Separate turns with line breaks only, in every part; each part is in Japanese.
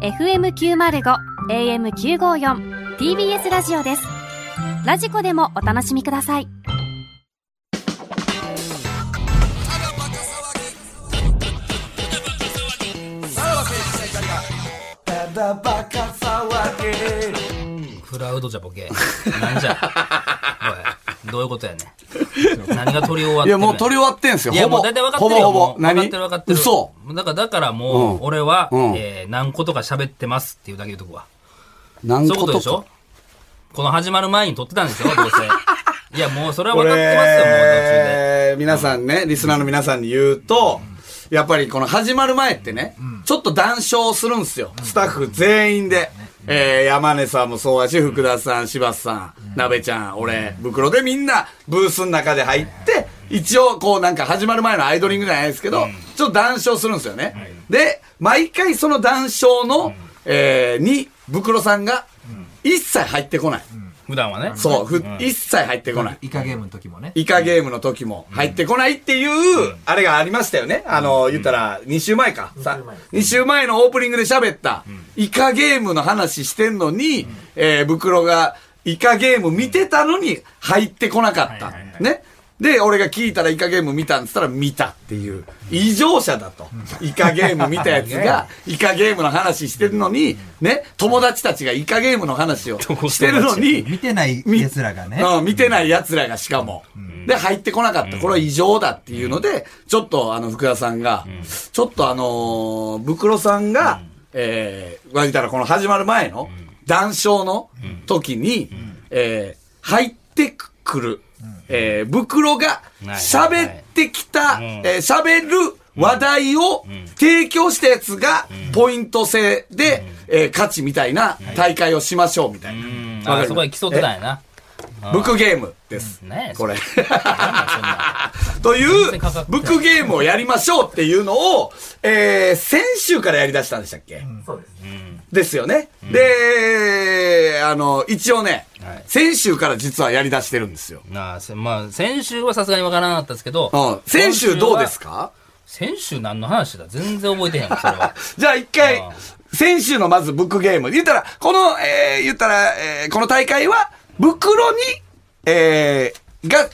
FM905 AM954 TBS ラジオですラジコでもお楽しみください
クラウドじゃ ボケ。なんじゃ。おい、どういうことやね ん。何が取り終わって
い
んね
や、
ん
もう取り終わってんすよ。
いや、
ほぼ。
もう大体分かってるよ。
ほぼほ
も
ぼ。
う分かってる分かってる。
嘘。
だから、だからもう、俺は、
うん
えー何個とか喋ってますっていうだけ言うとくわ。
何
そういう
個
こと
と
でしょこの始まる前に撮ってたんでしょどう せ。いや、もうそれは分かってますよ、もう途中で。
れ皆さんね、リスナーの皆さんに言うと、やっぱりこの始まる前ってね、ちょっと談笑するんですよ。スタッフ全員で。えー山根さんもそうやし、福田さん、柴田さん、鍋ちゃん、俺、袋でみんなブースの中で入って、一応こうなんか始まる前のアイドリングじゃないですけど、ちょっと談笑するんですよね。で、毎回その談笑の、えーに、袋さんが一切入ってこない。
普段はね。
そう、ふ一切入ってこない。
イカゲームの時もね。
イカゲームの時も入ってこないっていう、あれがありましたよね。あの、言ったら、2週前か。さ2週前のオープニングで喋った、イカゲームの話してんのに、えー、袋がイカゲーム見てたのに入ってこなかった。ね。で、俺が聞いたらイカゲーム見たんつったら見たっていう、異常者だと。イカゲーム見たやつ が、イカゲームの話してるのに、ね、友達たちがイカゲームの話 をしてるのに、
見てない奴らがね。
うん、見てない奴らがしかも。で、入ってこなかった。これは異常だっていうので、ちょっとあの、福田さんが、ちょっとあのー、ブクロさんが、えー、わいたらこの始まる前の、談笑の時に、えー、入ってくる、えー、ブクロが
ない
喋ってきた、
うん
えー喋る話題を提供したやつが、ポイント制で、えー、勝ちみたいな大会をしましょうみたいな。
うん
わか
あ
る
そこは競ってたんやな。
ブクゲームです。
ねえ
これ。
なんだそんな
という
然かかっ、て
ブ
ない
ックゲームをやりましょうっていうのを、えー、先週からやり出したんでしたっけ、
そうです。
ですよね。で、あの、一応ね、
はい
先週から実はやり出してるんですよ。
なあ、せまあ、先週はさすがに分からなかったですけど
うん。。先週どうです
か
か
先週何の話だ全然覚えてへんわそれ は。
じゃあ一回
あ、
先週のまずブックゲーム。言ったら、この、えー、言ったら、えー、この大会は、袋に、えー、が、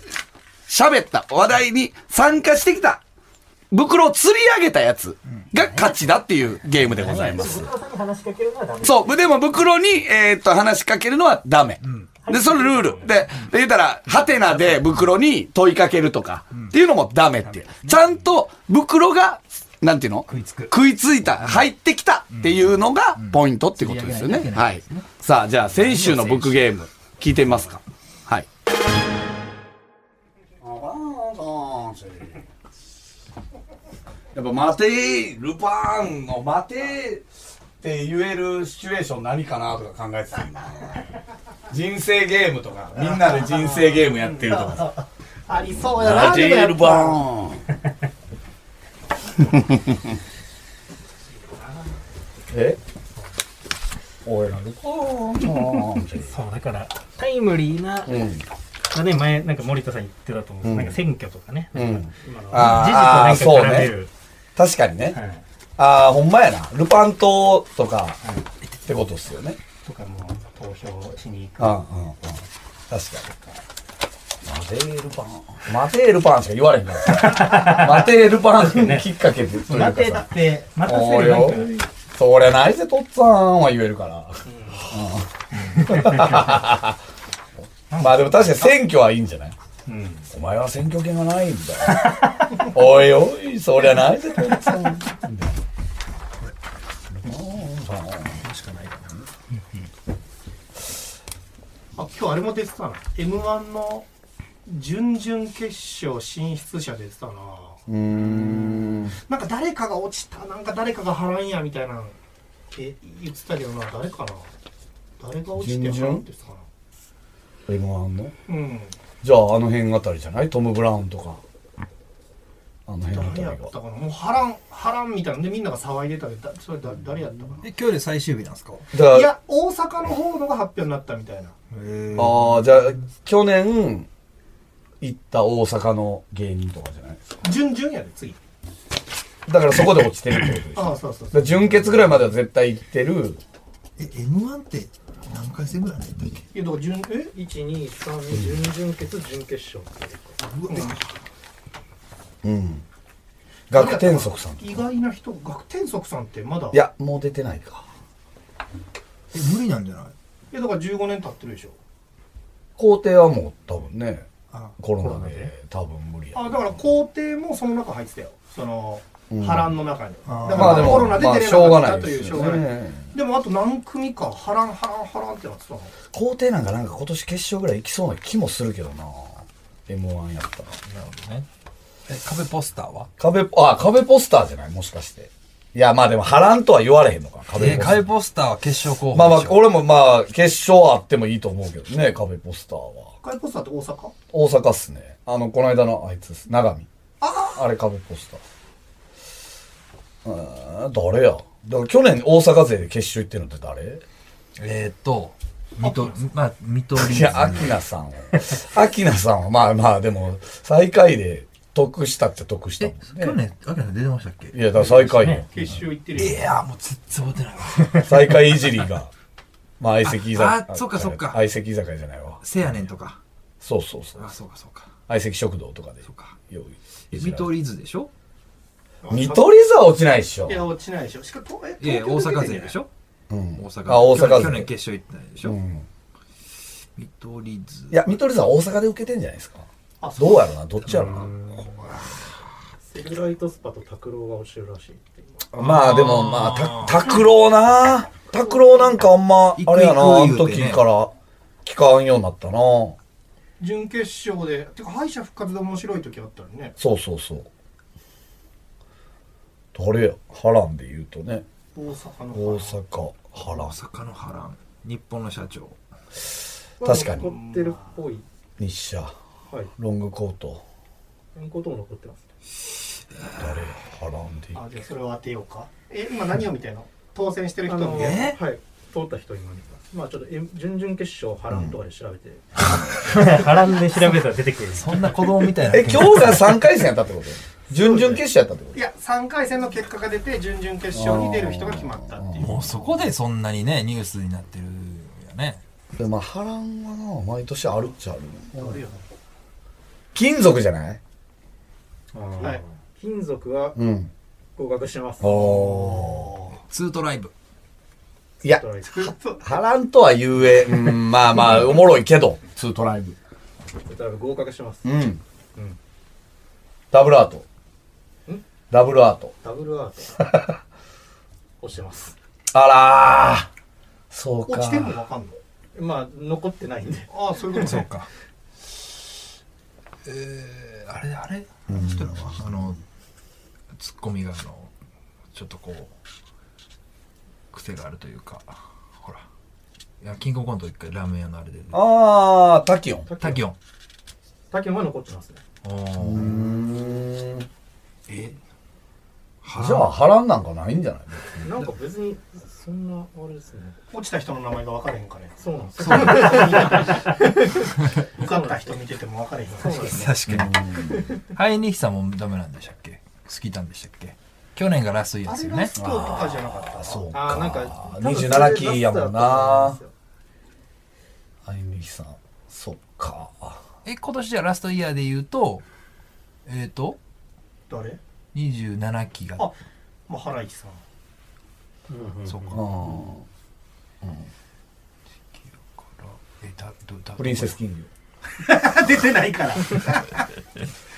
喋った話題に参加してきた、袋を釣り上げたやつが勝ちだっていうゲームでございます。
さんに話しかけるのはダメ。
そう。でも、袋に、えーっと、話しかけるのはダメ。で、そのルール。で、で言ったら、ハテナで袋に問いかけるとか、っていうのもダメっていう。ちゃんと、袋が、なんていうの食
いつく
いついた、入ってきたっていうのが、ポイントってことですよ
うん
ね。はい。さあ、じゃあ、先週のブックゲーム、聞いてみますか。はい。やっぱ待てルパンの待てって言えるシチュエーション何かなとか考えてたんだ 人生ゲームとかみんなで人生ゲームやってるとか
ありそうやな
待てル
ン
パン
そうだからタイムリーな、まあね、前なんか森田さん言ってたと思うんですけど、なんか選挙とかね、なんか今の
あー
時事となんか絡める、
確かにね、
はい
ああほんまやなルパン島とかってことっすよね
とかも投票しに行く
うんうんうん確かにマテールパンマテールパンしか言われへん からマテールパンきっかけでというか
待て
さ
って待たせ
お
る
る
なん
よ
かね。
そりゃないぜ、とっつぁんは言えるから。うんまあでも確かに選挙はいいんじゃない
うん
お前は選挙権がないんだよ。おいおい、そりゃないぜ、とっつぁん。みたいな
あ今日あれも出てたな m 1の準々決勝進出者出てたななんか誰かが落ちたなんか誰かが払うんやみたいなえ言ってたけどな誰かな誰が落ちて
準々
払ってたか
M1 の
なうん
じゃあ、あの辺あたりじゃないトム・ブラウンとか。あの辺あた
誰
り
や
が
っ。たかなもう波乱波乱みたいなんでみんなが騒いでたけどだそれだ誰やったか
え、今日で最終日なんですか
じ
ない
ゃあ、
や大阪の方のが発表になったみたいな
へ
あーじゃあ、去年行った大阪の芸人とかじゃないですか。
準々やで次
だからそこで落ちてるってことでしょ。だ
ああ、そうそう
か
そう。
ら準決ぐらいまでは絶対行ってる。
え、M1 って何回戦ぐらいなんだったっけ
え、だから順、え
一二三準々決準決勝っていうか
うわで
うん。学天則さん。い
意外な人、学天則さんってまだ、いや、
や、もう出てないか。
え、無理なんじゃな
だ
い
から15年経ってるでしょ。
皇帝はもう多分ね、
あ
コロナで多分無理や。
あ、だから皇帝もその中入ってたよ。その、
うん
波乱の中に。
あー
だか
まあで
らコ
も、
ロナ
ま
で出
あ
れな
しょう
か
が
っ
な
た
い
と
で
いう、
す
し
よ
ょうがない。
ね。
でもあと何組か、波乱波乱波乱ってなってたの。
皇帝なんかなんか今年決勝ぐらい行きそうな気もするけどな。M1 やったら。
ねえ壁ポスターは
壁、あ、壁ポスターじゃないもしかして。いや、まあでも波乱とは言われへんのか。壁
え
ポスター。
壁ポスターは決勝候補
まあまあ
でし、ょ
俺もまあ、決勝あってもいいと思うけどね、壁ポスターは。
赤いポスターって大阪
大阪っすね。あの、この間のあいつっす。長見。あれ壁ポスター。うーん、誰や。だから去年大阪勢で決勝行ってるのって誰
えーっと見とまあ見取り
いや、アキナさんは。 アキナさんは、まあまあ、でも、最下位で得したって得したも
え、去
んね。
年、アキラさん出てましたっけ
いや、だから最下位よ。
決勝行ってるよ。
やもう全然覚えてないわ
最下位いじりが。まあ、相席居酒
ああそっかそっか
相席居酒屋じゃないわ。
せやねんとか。
そうそうそう
あ、。そうかそうか。
相席食堂とかで。
そうか。
よい
見取り図でしょ
見取り図は落ちないでしょ
い。や、落ちないでしょ。しかも、え、
いや、大
東京
阪
出て
勢
んじゃな
で
い
しょ
うん
大阪
あ、大阪勢
去年決勝行ってないでし
う
ょ
ん
見取り図。
いや、見取り図は大阪で受けてんじゃないですか。
あそう
どうやろな、どっちやろな。
セルライトスパと拓郎が落ちてるらしいっていう
まあでも、まあ、た拓郎な。拓郎なんかあんま、
行く
あれやな、あ
行
の
く言うて
時
ね
から聞かんようになったな。
準決勝で、てか敗者復活で面白い時あったよね。
そうそうそう。誰や、波乱で言うとね。
大阪の。
大阪、波
大
乱。
阪の波乱。日本の社長。
確かに
残ってるっぽい
日射、
はい
ロングコート。
うんことも残ってます
誰や、波乱で言う
あ、じゃあそれを当てようか。え、今何を見てんの当選してる
あ
人
の
の。
え
はい通った人今見ますまあちょっと M 準々決勝波乱とかで調べて、
波乱で調べたら出てくる。
そんな子供みたいな。
え、今日が3回戦やったってこと準々決勝やったってこと
いや、3回戦の結果が出て、準々決勝に出る人が決まったっていう。
もうそこでそんなにね、ニュースになってるよね。
でもまあ波乱はな毎年あるっちゃある
あるよね
金属じゃない
はい。
金属は
うん
合格してます
お
ツートライブ。
いや
トライト
ずっと
波乱とはゆえ、うん、まあまあおもろいけどツートライブ
ライブ合格してます
うん、
うん
ダブルアートダブルアート
ダブルアート 落ちてます
あらーそうか
落ちてもわかんの
まあ残ってないんで
ああ、そういうことね。
か。えー、あれあれなんていうのはあの、ツッコミがあの、ちょっとこう、癖があるというか、ほら。いや、キングオブコント一回ラーメン屋のあれで、ね。
ああタキオン
タキオン。
竹馬残ってますね
お
う
ー
ん
え
じゃあ波乱なんかないんじゃない
なんか別にそんなあれですね
落ちた人の名前が分かれへんからね。
そうなんですよ
受かった人見てても分かれへんから。
そうですね
確かに。ハイニヒさんもダメなんでしたっけ好きなんでしたっけ去年がラストイヤー
あ
です
れ
よ
ラ
ね
ス。トとかじゃなかった。
そう
あ
か
ーなんか
27期やもんな
多分それラストだと思うんですよ
あゆみさんそっか
え、今年じゃあラストイヤーで言うと、えっ、ー、と、
誰
27期が。
あまあ、原市さん。
そう
あ
か。
ー
え、だ、ど、だ、
プリンセス金魚
出てないから。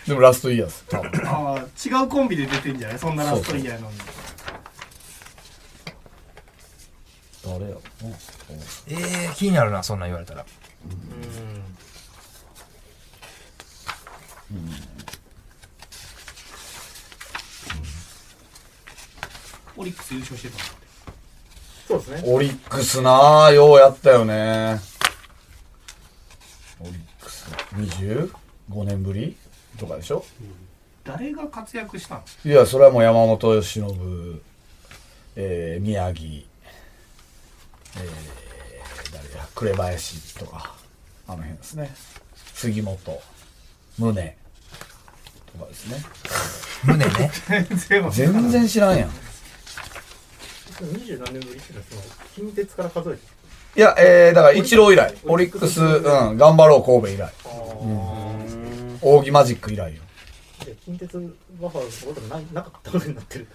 でもラストイヤース多分
ああ、違うコンビで出てんじゃないそんなラストイヤーなのに。
誰やろな
えー、気になるな、そんなん言われたら。
オリックス優勝してたの
そうですね
オリックスなあようやったよねオリックス25年ぶりとかでしょ
誰が活躍したの
いやそれはもう山本由伸、えー、宮城、えー、誰や紅林とかあの辺ですね杉本宗とかですね
胸ね。
全部
全然知らんやん
二十何年ぶりっていうのはその近鉄から数えて
いや、えー、だから、イチロー以来、オリックス、うん、頑張ろう神戸以来、扇マジック以来よ。
で近鉄バファローズのことがないなかったことになってる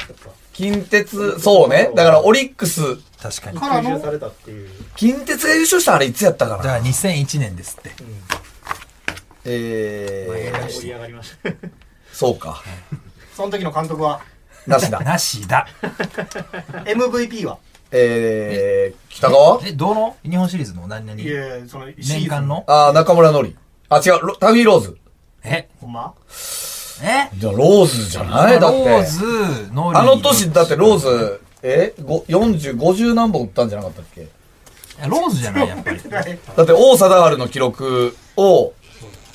やっぱ
近鉄、そうね。だから、オリックス、
確かに。
から
吸
の
収されたっていう
近鉄が優勝したのあれいつやったか
じ
な
ゃあ2001年ですって。
えー、
盛り上がりました
そうか。
その時の監督は
なしだ。
なしだ。
MVP は
えー、北川
え、どの日本シリーズの何々
いえそのシーズン
年間の
あー、中村のり。あ、違う、ロタフィーローズ。
え、
ほんま
え
じゃあ、ローズじゃないだっ
ロー
て。
ズ、ノーリー
あの年、だってローズ、えご ?40、50何本打ったんじゃなかったっけ
いやローズじゃない、やっぱり。
だって、王貞治の記録を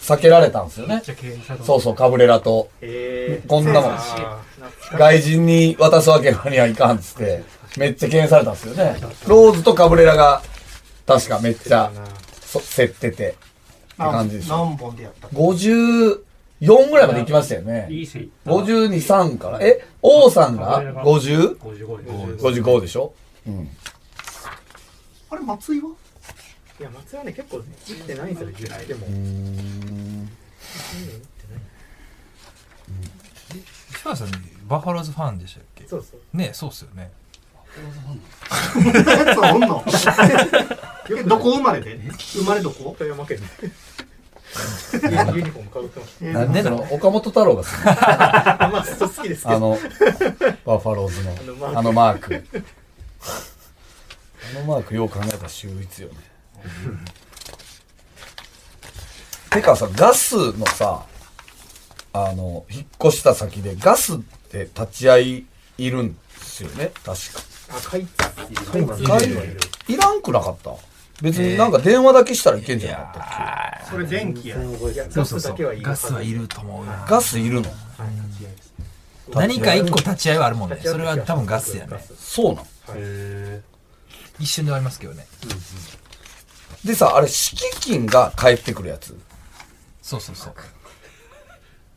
避けられたんですよね。
じゃあ経営者と
そうそう、カブレラと。
え
こんなもん。外人に渡すわけにはいかんっつって、めっちゃ敬遠されたんですよね。ローズとカブレラが、確かめっちゃ、そ競ってて、って感じで
何
しょ。
何本でやった
54ぐらいまで行きましたよね。
いいし
52、3から。え、王さんが 50?55
55です
でしょうん。
あれ松井は
ーいや松山ね結構生きてないんですよね10でも
北川さん、バファローズファンでしたっけ
そうそう
ねそうっすよね。
やつはおん のえどこ生まれで生まれどこ
岡山県でユユニフォームかぶってまし
なんでその、岡本太郎が好き。
たまあそう好きですけ
あ
ど
の、バファローズの、あ
あ
のマーク。あのマーク、よう考えたら秀逸よね。てかさ、ガスのさ、あの、引っ越した先でガスって立ち会いいるんですよね、確か。
赤い
会いらんくなかった別になんか電話だけしたらいけんじゃなかったっけ、
それ電気や
いや
そ
ガ
うそう
ス
そ
だけは
う。
いい
ガスはいると思うよ。
ガスいるの
何か一個立ち会いはあるもんね。
立ち会い
それは多分ガスやね
ガ。ス
そうなん
一瞬で終わりますけどね。
でさ、あれ、敷金が返ってくるやつ。
そうそうそう。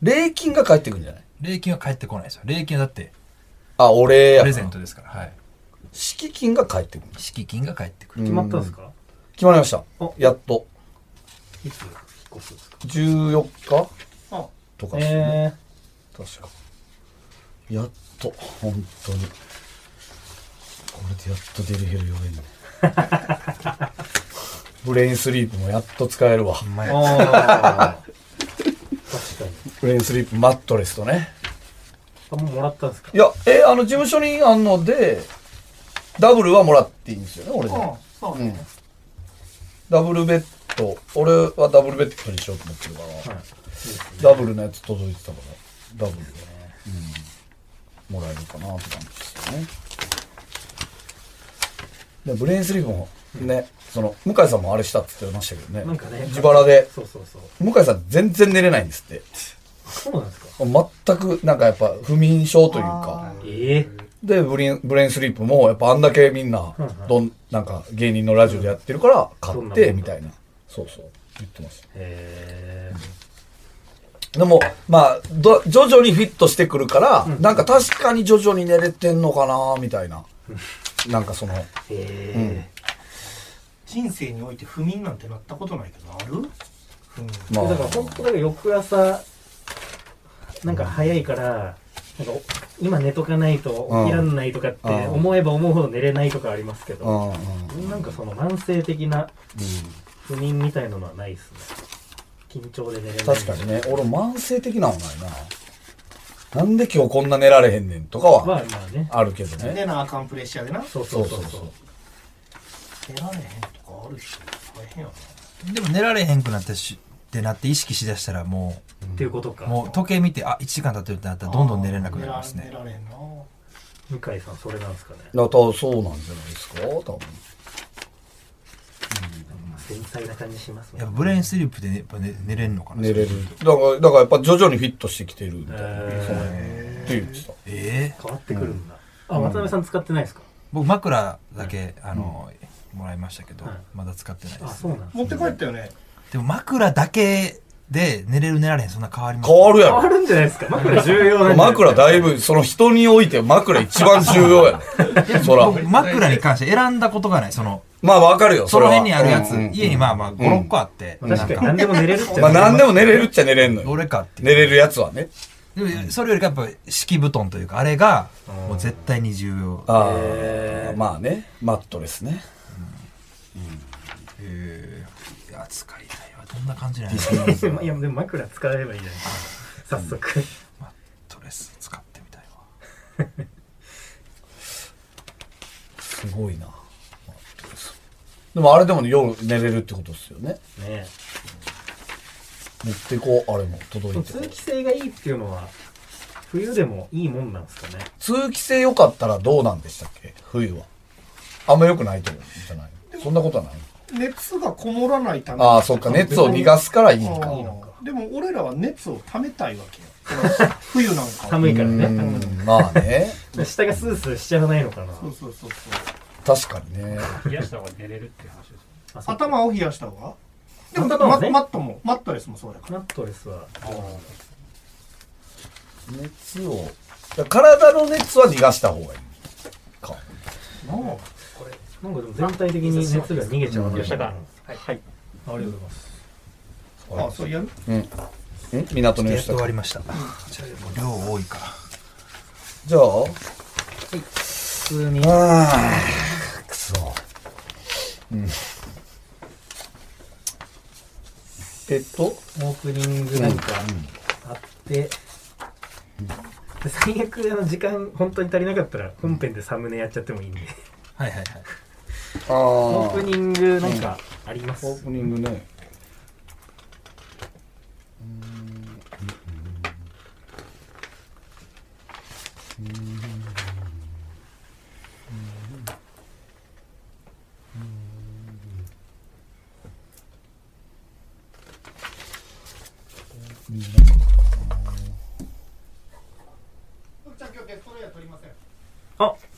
礼金が返ってくるんじゃない
礼金は返ってこないですよ。礼金はだって、
あ、お礼や
プ
から
レゼントですから。はい。
敷金が返ってくる
敷金が返ってくる。
決まったんですか
決まりました
お
やっと
いつ
14日
あ
とかですね、
え
確かやっと本当にこれでやっとデリヘル読め んねブレインスリープもやっと使えるわ
ー、あ
ブレインスリープマットレスとね
ーもうもらったんですか
いやえあの事務所にあんのでダブルはもらっていいんですよね俺で、
うんそうね
ダブルベッド俺はダブルベッドにしようと思ってるから、ダブルのやつ届いてたからダブルで、うん、もらえるかなって感じですよねでブレインスリープもね、その向井さんもあれしたって言ってましたけどね
なんかね
自腹で
そうそうそう
向井さん全然寝れないんですって
そうなんですか
全くなんかやっぱ不眠症というか
ええ
でブリンブレインスリープもやっぱあんだけみんなどんなんか芸人のラジオでやってるから買
どん
っ
なもん
て
だ
みたいなそうそう言ってます
え
でも、まあ、ど徐々にフィットしてくるから、なんか確かに徐々に寝れてんのかなみたいな。なんかその、
ええ
人生において不眠なんてなったことないけどある不眠
まあ、
だから本当なんか翌朝なんか早いからなんかお今寝とかないと起きらんないとかって
うん
思えば思うほど寝れないとかありますけ
う
ど
んうん。
なんかその慢性的な不眠みたいなのはないですね緊張で寝れない
確かにね、俺慢性的なのないな。なんで今日こんな寝られへんねんとか
はま
は
あまあね
あるけどね。
でなあかんプレッシャーでな
そうそ
そうう
そ
そうう
そ
そうう。
出られへんとかあるし大変やな
でも寝られへんくなってし、ってなって意識しだしたらも
っていうこと
う、
か
もう時計見て、あ、1時間経ってるってなったらどんどん寝れなくなります
寝
ね。
られんな
向井さんそれなんですかね
だからそうなんじゃないですか多分。
繊細な感じしますね
やっぱブレインスリープでねやっぱ寝寝れんのかな
寝れる。だから、だからやっぱ徐々にフィットしてきてるみたいな。その辺
え
って言ってた。
ええ
ー変わってくるんだあ渡辺さん使ってないですか
僕枕だけ、あの、もらいましたけど、
はい
まだ使ってないで
あ
す
そうなんですね
持って帰ったよね
でも枕だけで寝れる寝られへんそんな変わります
変わるや
変わ
ろ。
るんじゃないですか枕重要なんじゃないですか
枕だいぶ、その人において枕一番重要 やね。そら
僕。枕に関して選んだことがないその
まあわかるよ。
そ
れ
の
は
辺にあるやつ、
うんうん
家にまあまあ56個あって、なん
確かに
か
何でも寝れるって
まあ何でも寝れるっちゃ寝れんの
ど
よ。
れかっていう
寝れるやつはね。
でもそれよりかやっぱ敷布団というかあれがもう絶対に重要
ああ、まあね。マットレスね。
ええー、扱いたいはどんな感じ なんやろ
でもいやでも枕使えばいいじゃないですか早速
ドレス使ってみたいわ
すごいな。マットレスでもあれでも夜寝れるってことですよね。
ね
持ってこう、あれも届いて
通。気性がいいっていうのは冬でもいいもんなんですかね
通気性良かったらどうなんでしたっけ冬は。あんま良くないと思うんじゃないそんなことはない
熱がこもらないため
ああ、そっか。熱を逃がすからいいんか。
あーでも俺らは熱をためたいわけよこの冬なん かは
寒いから
う
ね
ーんまあね。
下がスースーしちゃわないのかな
そうそうそうそう
確かにね。
冷やした方が寝れるっていう話です
あそっか
頭を冷やした方がでも、
頭
マ
をね
マットもマットレスもそうだから
マットレスは
熱を。体の熱は逃がした方がいい。か。
なんかでも全体的に熱が逃げちゃうわけ
吉高
ありがとうございます
ああそうやる
ん港の
やっ
吉田
と終わ
君
りました量多いから
じゃあ。ああ、くそ。うん。えっと、
オープニングなんかあって、で最悪あの時間本当に足りなかったら本編でサムネやっちゃってもいいんで、
はいはいはい
ああ。
オープニングなんかあります、
オープニングね。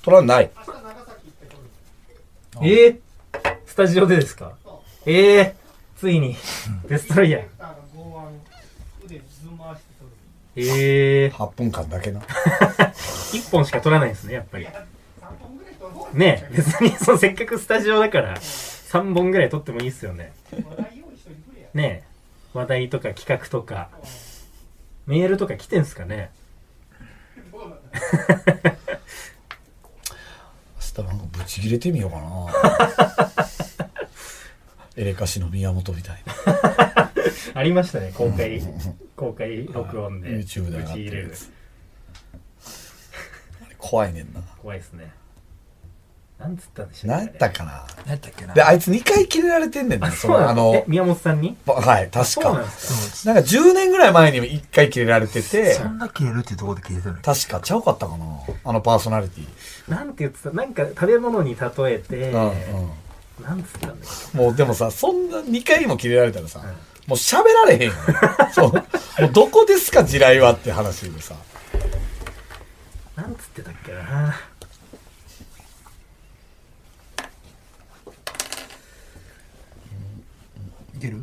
取らない。
えー、スタジオでですかええー、ついにデストロイヤーええ
8分間だけな。
ー、1本しか撮らないんですねやっぱりねえ別にそのせっかくスタジオだから3本ぐらい撮ってもいいっすよねねえ話題とか企画とかメールとか来てんすかね
明日なんかブチ切れてみようか なエレカシの宮本みたいな
ありましたね公開公開録音で
YouTube で上が
ぶち
って
入れ
る
る
やつあれ怖いねんな
怖いですねなんつったんでしょう
何やったかな
何やったっけな
であいつ2回切れられてんねんなそ
そう
の
な
あ
のえ
の
宮本さんに
ばはい確
そうなん
か
ですか
なんか10年ぐらい前にも1回切れられてて
そんな切れるってとこで切れてるのに
確かちゃうかったかなあのパーソナリティ、
なんて言ってたなんか食べ物に例えて、
うんうん
なんつったんだっけ
もうでもさそんな2回も切れられたらさ、もう喋られへんよ、 ね、そうもうどこですか地雷はって話でさ
なんつってたっけな
切ける
う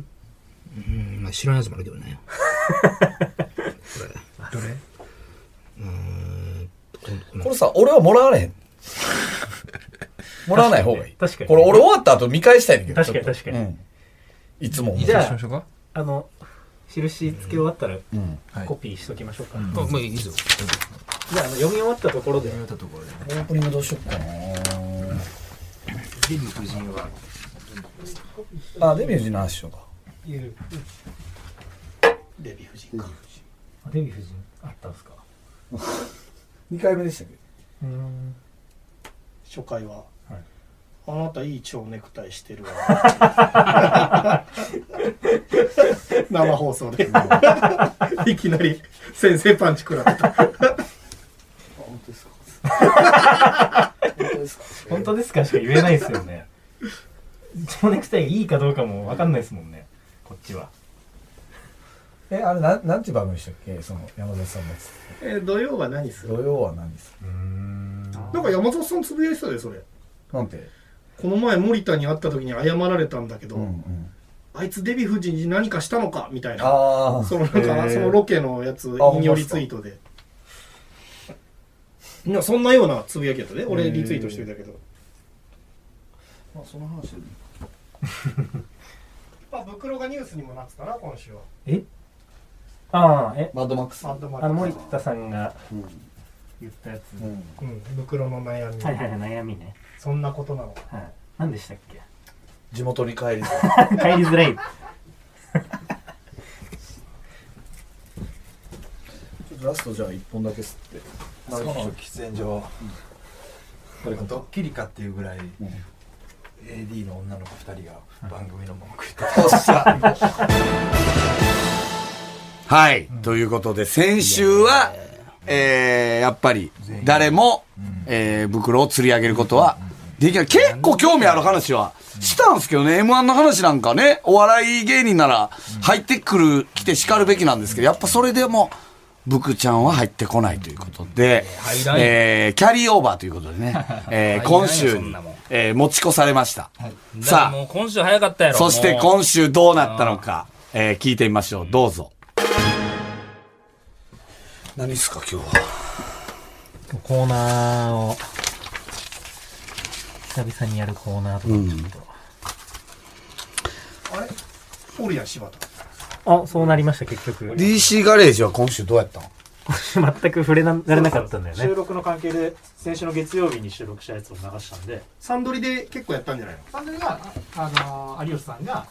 ん、まあ、知らないやつもあるけどね。
どれ
これさ、俺はもらわれへん。もらわない方がいい。
確かに
これ俺終わった後見返したいねんだけど。
確か
ちょっと
に確かに
うんいつも思う
じゃあ
しましょうか
あの印つけ終わったら
うん
はい
コピーしときましょうか、
まあ、まあ、いいですよ。
じゃああの読み終わったところで
やめたところでね
オープニングどうしよっかな
デヴィ夫人は
あ、デビュー時の話しようか。
あデヴィ夫人あったんですか
2回目でしたけど。
うーん
初回は、
はい
あなたいい蝶ネクタイしてるわ 生放送で いきなり先生パンチ食らってた
本当ですかしか言えないですよね蝶ネクタイがいいかどうかも分かんないですもんねこっちは
え、あれ、なん、なんていう番組でしたっけその、山崎さんのやつ。
えー土曜は何する
土曜は何です
なんか山里さんつぶやいてたでそれ
なんて。
この前森田に会った時に謝られたんだけど、
うんうん。
あいつデヴィ夫人に何かしたのかみたいな
ああ
そのなんかそのロケのやつ引用リツイートでなそんなようなつぶやきやったで俺リツイートしてたけど
まあその話で
まあ袋がニュースにもなってたな今週は
ああ、え、
マッドマックス
サンドマ
あの
ル
森田さんが言ったやつ。
うん袋の悩み、
はいはいはい、悩みね。
そんなことなのか
はい。何でしたっけ
地元に帰 り
帰りづらい。
ラストじゃあ一本だけ吸って
その喫煙所、これドッキリかっていうぐらい、AD の女の子2人が番組の文句言ってた
はい、ということで、先週は、えー、やっぱり、誰も、えー、袋を釣り上げることは、できない。結構興味ある話は、したんですけどね、M1 の話なんかね、お笑い芸人なら、入ってくる、来て叱るべきなんですけど、やっぱそれでも、ブクちゃんは入ってこないということで
入ら、んよ
えー、キャリーオーバーということで ね、えー、
入らんよ
今週
そ
に
んなもん、
えー、持ち越されました。
さあ。
さあ
も、う今週早かった やろ。
そして
もう
今週どうなったのか、えー、聞いてみましょう。どうぞ。何すか今日は。
コーナーを、久々にやるコーナーとかちょっ
あれおるやん柴田
と。あ、そうなりました、結局。
DC ガレージは今週どうやったの
全く触れなられなかったんだよね
収。録の関係で先週の月曜日に収録したやつを流したんで
サンドリで結構やったんじゃないの
サンドリがあのー有吉さんが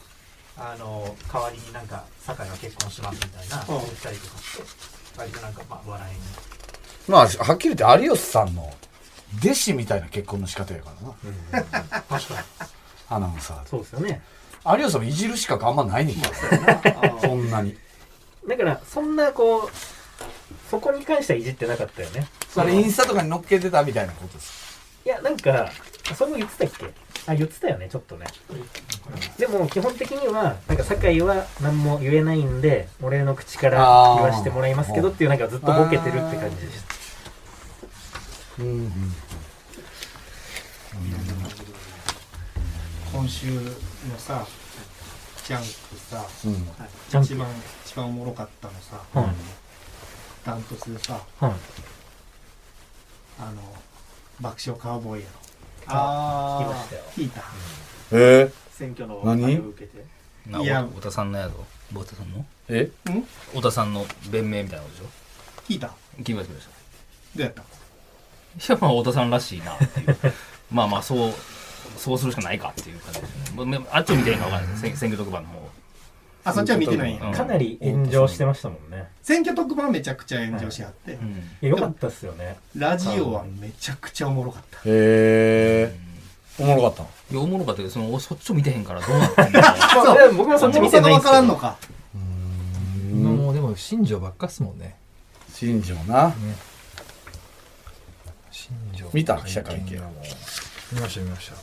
あのー代わりになんか酒井が結婚しますみたいな
うん
言ったりとかして割となんかまあ笑いに
まあはっきり言って有吉さんの弟子みたいな結婚の仕方やからな
確かに
アナウンサーで
そうですよね。
有吉さんもいじる資格あんまないねんけどそんなに
だから、そんなこう、そこに関してはいじってなかったよね。
それインスタとかに載っけてたみたいなことです
いや、なんか、それも言ってたっけあ、言ってたよね、ちょっとね。でも、基本的には、なんか、酒井は何も言えないんで、俺の口から言
あー
わせてもらいますけどっていう、なんかずっとボケてるって感じでした。
今週のさジャンクさ、
ジャンプ
一番一番おもろかったのさ
はい。
ダントツでさ
はい。
あの爆笑カウボーイやろあ
聞きましたよ
聞いた
えー、
選挙の
何
あれを受けて
ない
や
お太田さんのやぞ。太田さんの
え
太田さんの弁明みたいなことでしょ
聞いたど
聞きました聞きまし
うやった
た。いや、まあ、太田さんらしいなっていう。 まあまあ、そう、そうするしかないかっていう感じですね。まああっちを見ていいか分からないです。選選挙特番の方を。
あそっちは見てないんや
うん
かなり炎上してましたもんね。
選挙特番めちゃくちゃ炎上しはって、
うん。
いや、よかったっすよね。
ラジオはめちゃくちゃおもろかった
えー、おもろかったの
いや、おもろかったけど、その、おそっちを見てへんからどうなってんの
いや僕もそっち見てない
お
っ
もろさが分から
す
ん
よ。
のか
今もうでも新庄ばっかっすもんね
新庄な
新庄
見た記者会見
がもう見ました見ました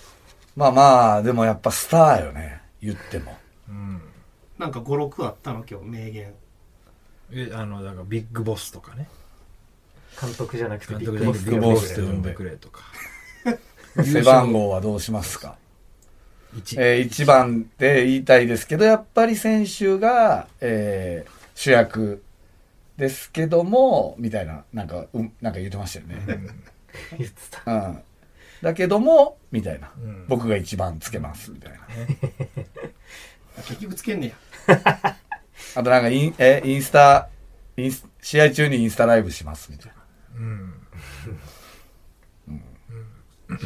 まあまあでもやっぱスターよね言っても
うん
なんか56あったの今日名言
えあのだからビッグボスとかね
監督じゃなくて、
監
ビッ
督
グ
でビ
ボス
ッグボスって呼んでくれとか
背番号はどうしますか
一
え1番で言いたいですけど、やっぱり選手が、えー主役ですけども、みたいな、なんか、うんなんか言ってましたよね。
言ってた。
うん。だけども、みたいな。
うん
僕が1番つけます、みたいな。
結局つけんねや
あとなんかイン、えーインスタ、インス試合中にインスタライブします、みたいな。
うん
っ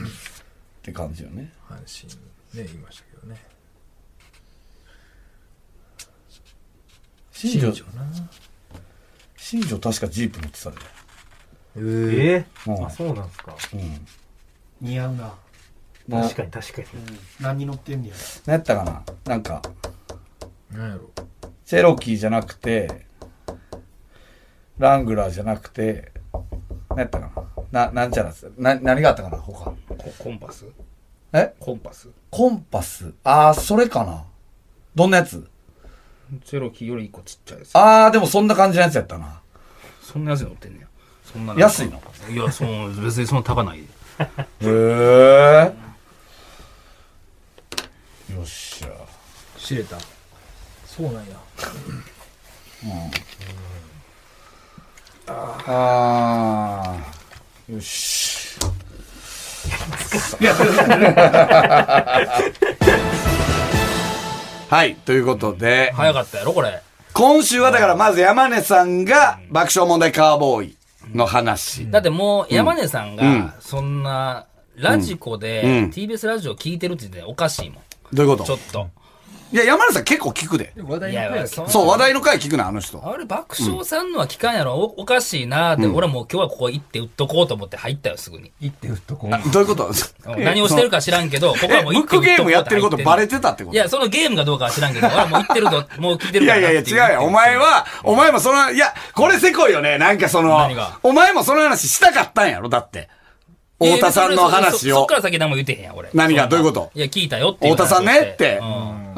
て感じよね。
阪神ね言いましたけどね
新庄、
な
新庄確かジープ乗ってたで。
え
うん
ー、あ、そうなんすか。
うん。
似合うな
もう
確かに確かに。
何に乗ってんねや
何やったかななんか、
なんやろ
チェロキーじゃなくて、ラングラーじゃなくて、何やったかなな、なんちゃらっすな、何があったかな他。
ココンパス
え
コンパス
コンパス。あー、それかな。どんなやつ
チェロキーより一個ちっちゃいです。
あー、でもそんな感じのやつやったな。
そんな安いの売ってんねや。そんな
安いの
いや、その、別にその高ないで。
へー。よっしゃ。
知れた
そうなんや。
ああ。よし。
はい、ということで、
早かったやろこれ。
今週はだからまず山根さんが爆笑問題カーボーイの話。
だってもう山根さん
うん
が、そんな、ラジコで
うん
TBS ラジオ聞いてるって言っておかしいもん。
どういうこ
ちょ
と
っと。
いや、山根さん結構聞くで。
話題
い
にな
や、
っ
そ
そう、話題の回聞くな、あの人。
あれ、爆笑さんのは聞かんやろ、おおかしいなーって、俺はもう今日はここ行って売っとこうと思って入ったよ、すぐに。
行って打っとこう。
どういうこと
うん何をしてるか知らんけど、ここ
え、
は
ブ
もう行
ッ
って売っと
ク
こう
ゲームやってることバレてたって
い
こと
や、そのゲームがどうかは知らんけど、俺はもう行ってる と、もう聞いてる
い
か
や
らな
いや
っ
い
て
や、
う
違うよ。お前は、お前もその、いや、これせこいよね。なんかその
何が、
お前もその話したかったんやろだって。
いや
太田さんの話
そそっ
を
か。ら先何も言ってへんやん、俺。
何が
そんな
どういうこと
いや、聞いたよっていう
太
話を
田
して。
さんねって。う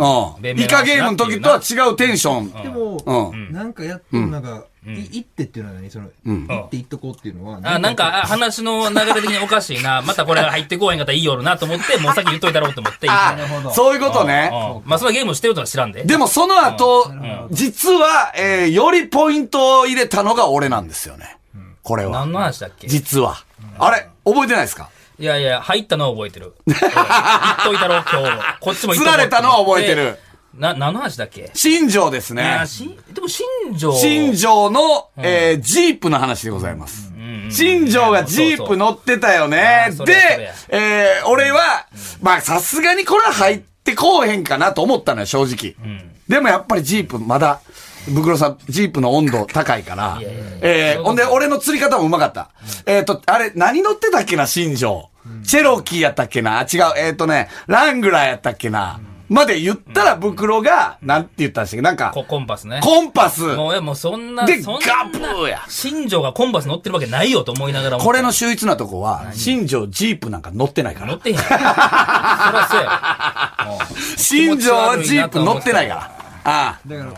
うん
ん。イカゲームの時とは違うテンション。
ん
でも、
うん。
なんかやってもなんか、
ん
い行ってっていうのは何その、
ん
行って行っとこうっていうのは、
あ、なんか、あ話の流れ的におかしいな。 またこれ入ってこうへんかったらいいよるなと思って、もう先言っといたろうと思って。
あ
行っ、
そういうこ
た
とね。
うんうんまあ、そのゲームをしてるとは知らんで。
でもその後
ん、
実は、えーよりポイントを入れたのが俺なんですよね。これは
何。の話だっけ
実は。あれ覚えてないですか
いやいや、入ったのは覚えて る。うん言っといたろ、今日。こっちも言っとこう
釣られたのは覚えてる。
でな、何の話だっけ
新庄ですね。
あしんでも、新庄。
新庄の、えージープの話でございます。新庄がジープ乗ってたよね。
そうそうあーそれ
で、えー俺は、まあさすがにこれは入ってこうへんかなと思ったのよ、正直。でもやっぱりジープまだ、ブクロさん、ジープの温度高いから
いやいやいや。
えーほんで、俺の釣り方もうまかった。えっ、と、あれ、何乗ってたっけな、新庄。チェロキーやったっけなあ違う、えっ、とね、ラングラーやったっけな、まで言ったら、ブクロが、なんて言ったんでしたっけなんか、
こコンパスね。
コンパス。
もう、いやもうそんな、
で
そんな
ガブーや
新庄がコンバス乗ってるわけないよと思いながらも。
これの秀逸なとこは、新庄ジープなんか乗ってないか
乗っ
ら。
てへ んやん。そりゃそうや。
新庄はジープ乗ってないから。あ
だから、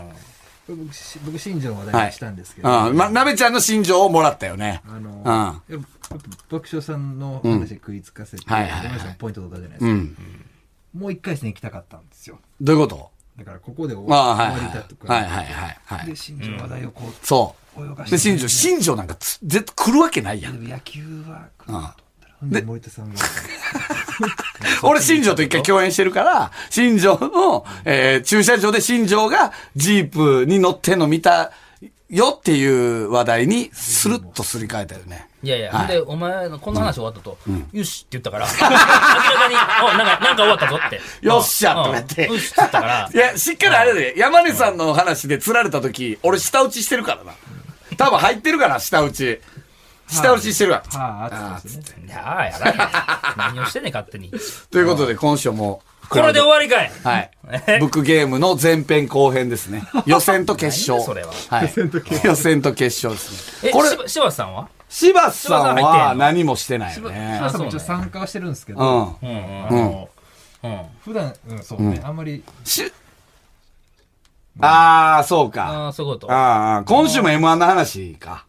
僕、し僕新庄の話
あ。は
題
い
にしたんですけ。ど、
うん。ま、なべちゃんの新庄をもらったよね。
あの、
うん。
やっぱやっぱ爆笑さんの話食いつかせて、
はいはいはい
山下さんポイント取ったじゃないで
う
すか。
ん。
もう一回戦行きたかったんですよ。
どういうこと
だからここで終
ああ、
わ
はい
終わりだ
は
と
い。はい
か、
はいはいはい
で、。新庄の話題をこう、
そう。で、新庄、新庄なんかつ絶対来るわけないやん。
でも野球は来る
うん。
ほんで森田さん が、
俺、新庄と一回共演してるから、新庄の、えー駐車場で新庄がジープに乗ってんの見たよっていう話題に、スルッとすり替えたよね。
いやいや、
はい
で、お前のこの話終わったと、よしって言ったから、明らかに、お、なんか、なんか終わったぞって。
よっし
う
ゃ
ん
とか言って
うんよしって言ったから
い、や、しっかりあれで、山根さんの話で釣られた時、俺下打ちしてるからな。多分入ってるから、下打ち。下打ちしてるから。
はあ、あってですね。
いやあ、やらんやん何をしてんねん、勝手に。
ということで、今週も。
これで終わりかい
はい。ブックゲームの前編後編で すね。予選と決勝。
何それは
はい。予選と決勝です
え、
ね。これ、
しばさんは
柴田さん
柴田さん入って
は
んの
何もしてないよね
柴。
多分
そう
一
ね
応参加はしてるんですけ
う
ど、
ん。
うんうん
あ
うん。
の普段、うん、そうね、あんまり、
しああ、そうか。
ああ、そういうこと。
ああ、今週も M1 の話か。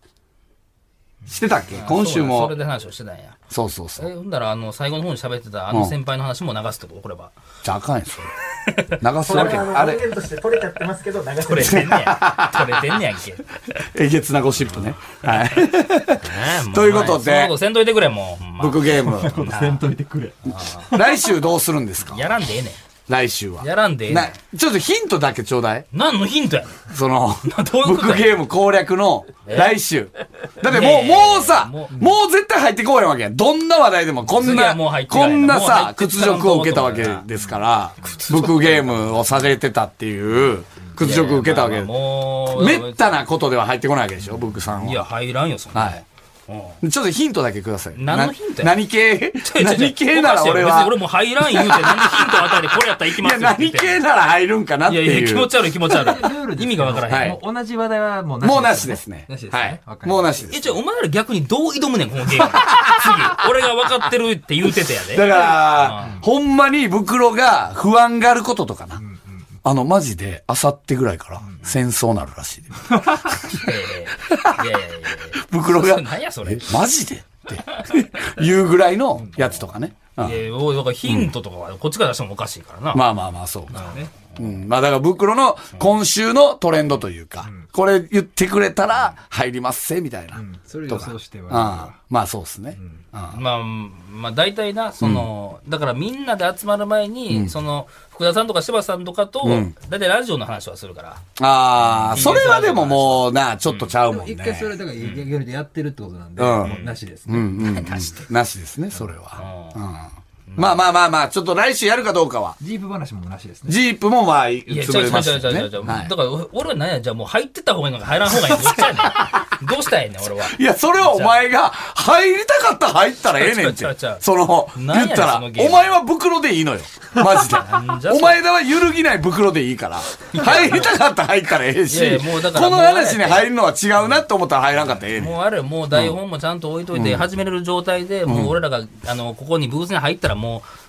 してたっけ今
そ
週
うだ
も
それ。で話をしてたんや。
そうそうそう
え、。ほんだら、あの、最後の方に喋ってた、あの先輩の話も流すってこと、これは。
じゃああかんやんそれ。流すわけない。あ
音
れ、
源として取れちゃってますけど、流せ
取
る
れてんね や。取れてんねやんけ。
えげつなゴシップね。は
ね
い。
えも
というこ
お前そ
とで
んなことせんといてくれ、もう。ほんま
ブックゲーム。
せんといてくれ。
来週どうするんですか
やらんでええね
来週は
ん。。やらんでええね
な、ちょっとヒントだけちょうだい。
ん。何のヒントやねん。
その、
どういう
ブ
こ
ッ
とや
クゲーム攻略の来週。だって
いやい
もう、
やいや
もうさ、も
もう
う絶対入ってこいわけやん。どんな話題でも、こん
次は
な
もう入っ、てこな
こ
いなん
な
もう入
さ
っ、て
屈辱を受けたわけですから、ブックゲームをされてたっていう、屈辱を受けたわ
い
けで
や
す
まあ。まあもう。
めったなことでは入ってこないわけでしょ、ブックさんは。
いや、入らんよ、そんな。
はい。ちょっとヒントだけください。
何のヒントや
な何系
いやいやいや
何系なら俺
おかしいよ別に
は
俺。もう入らん言うて、何のヒントあたり、これやったら行き
い
ます
や、
よって言
何
って。
系なら入るんかなっ
い
て
や
いう。
いや、気持ち悪い気持ち悪
ルですけど
い。意味がわからへん。
はい
もう同じ話題はもうなし
もうなしですね。
なしです
は
ね
い。。
わかり
もう
ま
な
し
しで
え、
す。
ちょ、お前ら逆にどう挑むねん、この ゲーム。次。俺が分かってるって言うてたやで。
だから、ほんまに袋が不安があることとかな。あの、マジで、あさってぐらいから戦争なるらしいで。
いやいやいやいやいや。
袋が、
何やそれ
え、マジでって言うぐらいのやつとかね。うん
いや、おいだからヒントとかはこっちから出してもおかしいからな。
まあまあまあ、そうか。うん。まあだから、ブクロの今週のトレンドというか、これ言ってくれたら入りますせ、みたいな。
それ
と
予
か
想しては
ああまあそうですね。ああ
まあ、まあ、大体な、その、だからみんなで集まる前に、その、福田さんとか柴田さんとかと、
うん
大体ラジオの話はするから。
ああ、
TBS
それはでももうな、ちょっとちゃうもんね。
一回それだから逆にやってるってことなんで、
うん
もうなしです、
うんうん うん。なしですね、それは。うんまあまあまあまあ、ちょっと来週やるかどうかは。
ジープ話もなしですね
ジープもまあ、
いや、
潰
違う違う
れ
違う
ました
違う
よ
違う。
ね。はい
だから、お俺は何や、じゃあもう入ってった方がいいのか入らん方がいいのか。どっちやねんどうしたらええねん、俺は。
いや、それはお前が入りたかったら入ったらええね
違う違
んっ
う
て
違う違う。
その、
なんや
言
ねん
ったら、
そのゲーム
お前は袋でいいのよ。マジで
なんじゃ。それ
お前らは揺るぎない袋でいいから。入りたかったら入ったらええし、
いやいやもうだから
この
もうあれやって
話に入るのは違うなって思ったら入らんかったらええねん。
もうあれ、もう台本もちゃんと置いといて、始めれる状態で、もう俺らが、あの、ここにブースに入ったらもう、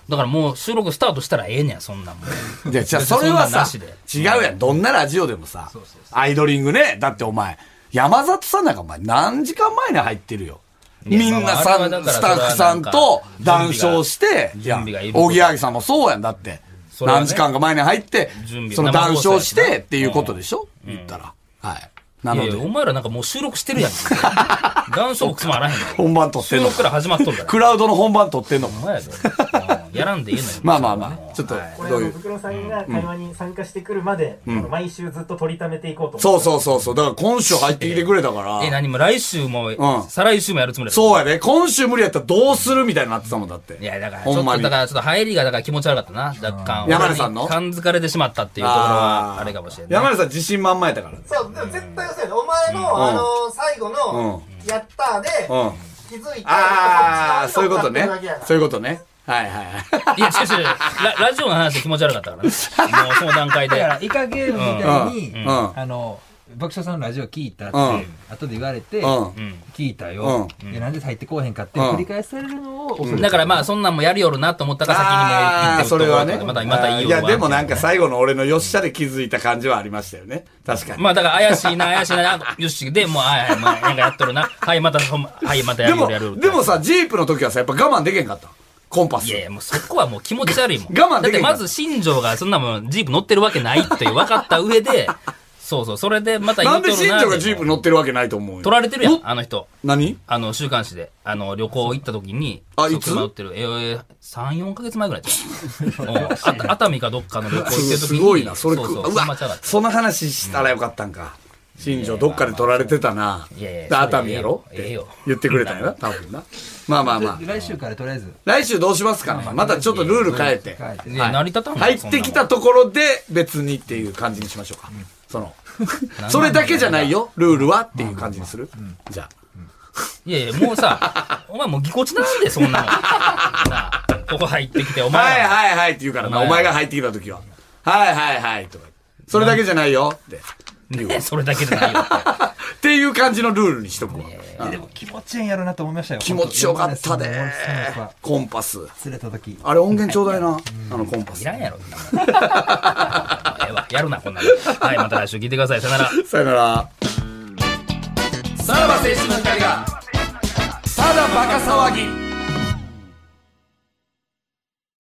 だからもう収録スタートしたらええねん、そんなんもう。
いや、じゃあそれは
そんなん
さ
なしで、
違うやん。どんなラジオでもさ、アイドリングね。だってお前、山里さんなんかお前何時間前に入ってるよ。
いや
みんな
まあ
さ
あれは
ん、
だから
スタッフさんと談笑して、い
準
や
備がいる、こと
おぎやはぎさんもそうやんだって。
それはね
何時間か前に入って
準備、
その談笑し
生放送や
て
しな
っていうことでしょ言ったら。はい。ないの
やいやお
で、
前らなんかもう収録して るやん。ダンスボックスもあらへんの。
本番撮って
収
んの
録から始まっとるから。
クラウドの本番撮ってんの
お前やで。うんやらんでいいのよ。
まあまあまあ、ちょっと、
これ
ど
はあ
うい
の
う。
ブクロさんが会話に参加してくるまで、あの毎週ずっと取りためていこうと
そう
思
そうそうそう。だから今週入ってきてくれたから。
え、何も来週も、
ん
再来週もやるつもりだ
そうやね。今週無理やったらどうするみたいになってたもんだって。
いや、だから、ちょっ
ほ
と、
んまに
だから、ちょっと入りが、だから気持ち悪かったな、若干。
山根さんの
俺に感づかれてしまったっていうところは、あれかもしれない。
山根さん自信満々やったからね。
そう、でも絶対嘘やで。お前の、あの、最後の、やったーで、
うん。
気づいて、
ああ、そういうこと
こ
ね
っちが。
そういうことね。はいはいはい
や、違う違うラ。 ラジオの話で気持ち悪かったからね。もう、その段階
だ
で
か。らイカゲームみたいに、
い。うん。
あの爆笑さんのラジオ聞いたって、
うん
後で言われて、
うん
うん
聞いたよ、
うん
でなんで入ってこうへんかって
うん
繰り返されるのを恐れて
だからまあ、そんなんもやりよるなと思ったから、先にも
あ
言
あ
って
それはね。
また、また言いよ
い
るわ
や、でもなんか最後の俺のよっしゃで気づいた感じはありましたよね。確かに。
まあだから怪しいな、怪しいな、あよし、で、もう、はいはい、まあ、なんかやっとるな。 はい、また、ほんまはい、またや
で
るよ
も、
る、やるよる。
でもさ、ジープの時はさ、やっぱ我慢できへんかった。コンパス。
いやいや、もうそこはもう気持ち悪いもん。
我慢できへん
だ
から
ってまず新庄がそんなもんジープ乗ってるわけないって分かった上で、 そうそう、それでまた言
な
うんと
で
るな。
新庄がジープ乗ってるわけないと思うよ
取られてるやん、あの人。
何
あの、週刊誌で、あの、旅行行った時に、
あ
そう
いつ
車乗ってる。えー、3、4ヶ月前ぐらいじ ゃんうん。あた熱海かどっかの旅行行ってる時に。
すごいな、それ
そう
く、
そう、
う
車
わ
ちゃがっ、た
その話したらよかったんか。新庄どっかで取られてたな。
いやいや
で熱海やろっ
それええ
て
よ
言ってくれたんやな、多分な。まあまあまあ
で。来週からとりあえず
来週どうしますかねまたちょっとルール変えて。
変えて
ね成り立たんの
入ってきたところで別にっていう感じにしましょうか。そ の、それだけじゃないよ、ルールはっていう感じにする。じゃあ。
いやいや、もうさ、 お前もうぎこちなんで、そんなの。なあここ入ってきて、お前ら
はいはいはいって言うからな、
お
お
前
前が入ってきた時は。はいはいはいとか言って。それだけじゃないよって。っていう
ね それだけじゃないよって。
っていう感じのルールにしとくわ。
でも気持ちいいんやろなと思いましたよ
気持ちよかった
本当
で
山根さんのやっぱ
コンパス。
釣れた時
あれ音源ちょうだいな、あのコンパ
い
ス
ら。んやろ、そんなもん ええわやるな、こんなの。はい、また来週聞いてください。さよなら。
さよなら。さらば青春の光が、ただバカ騒ぎ。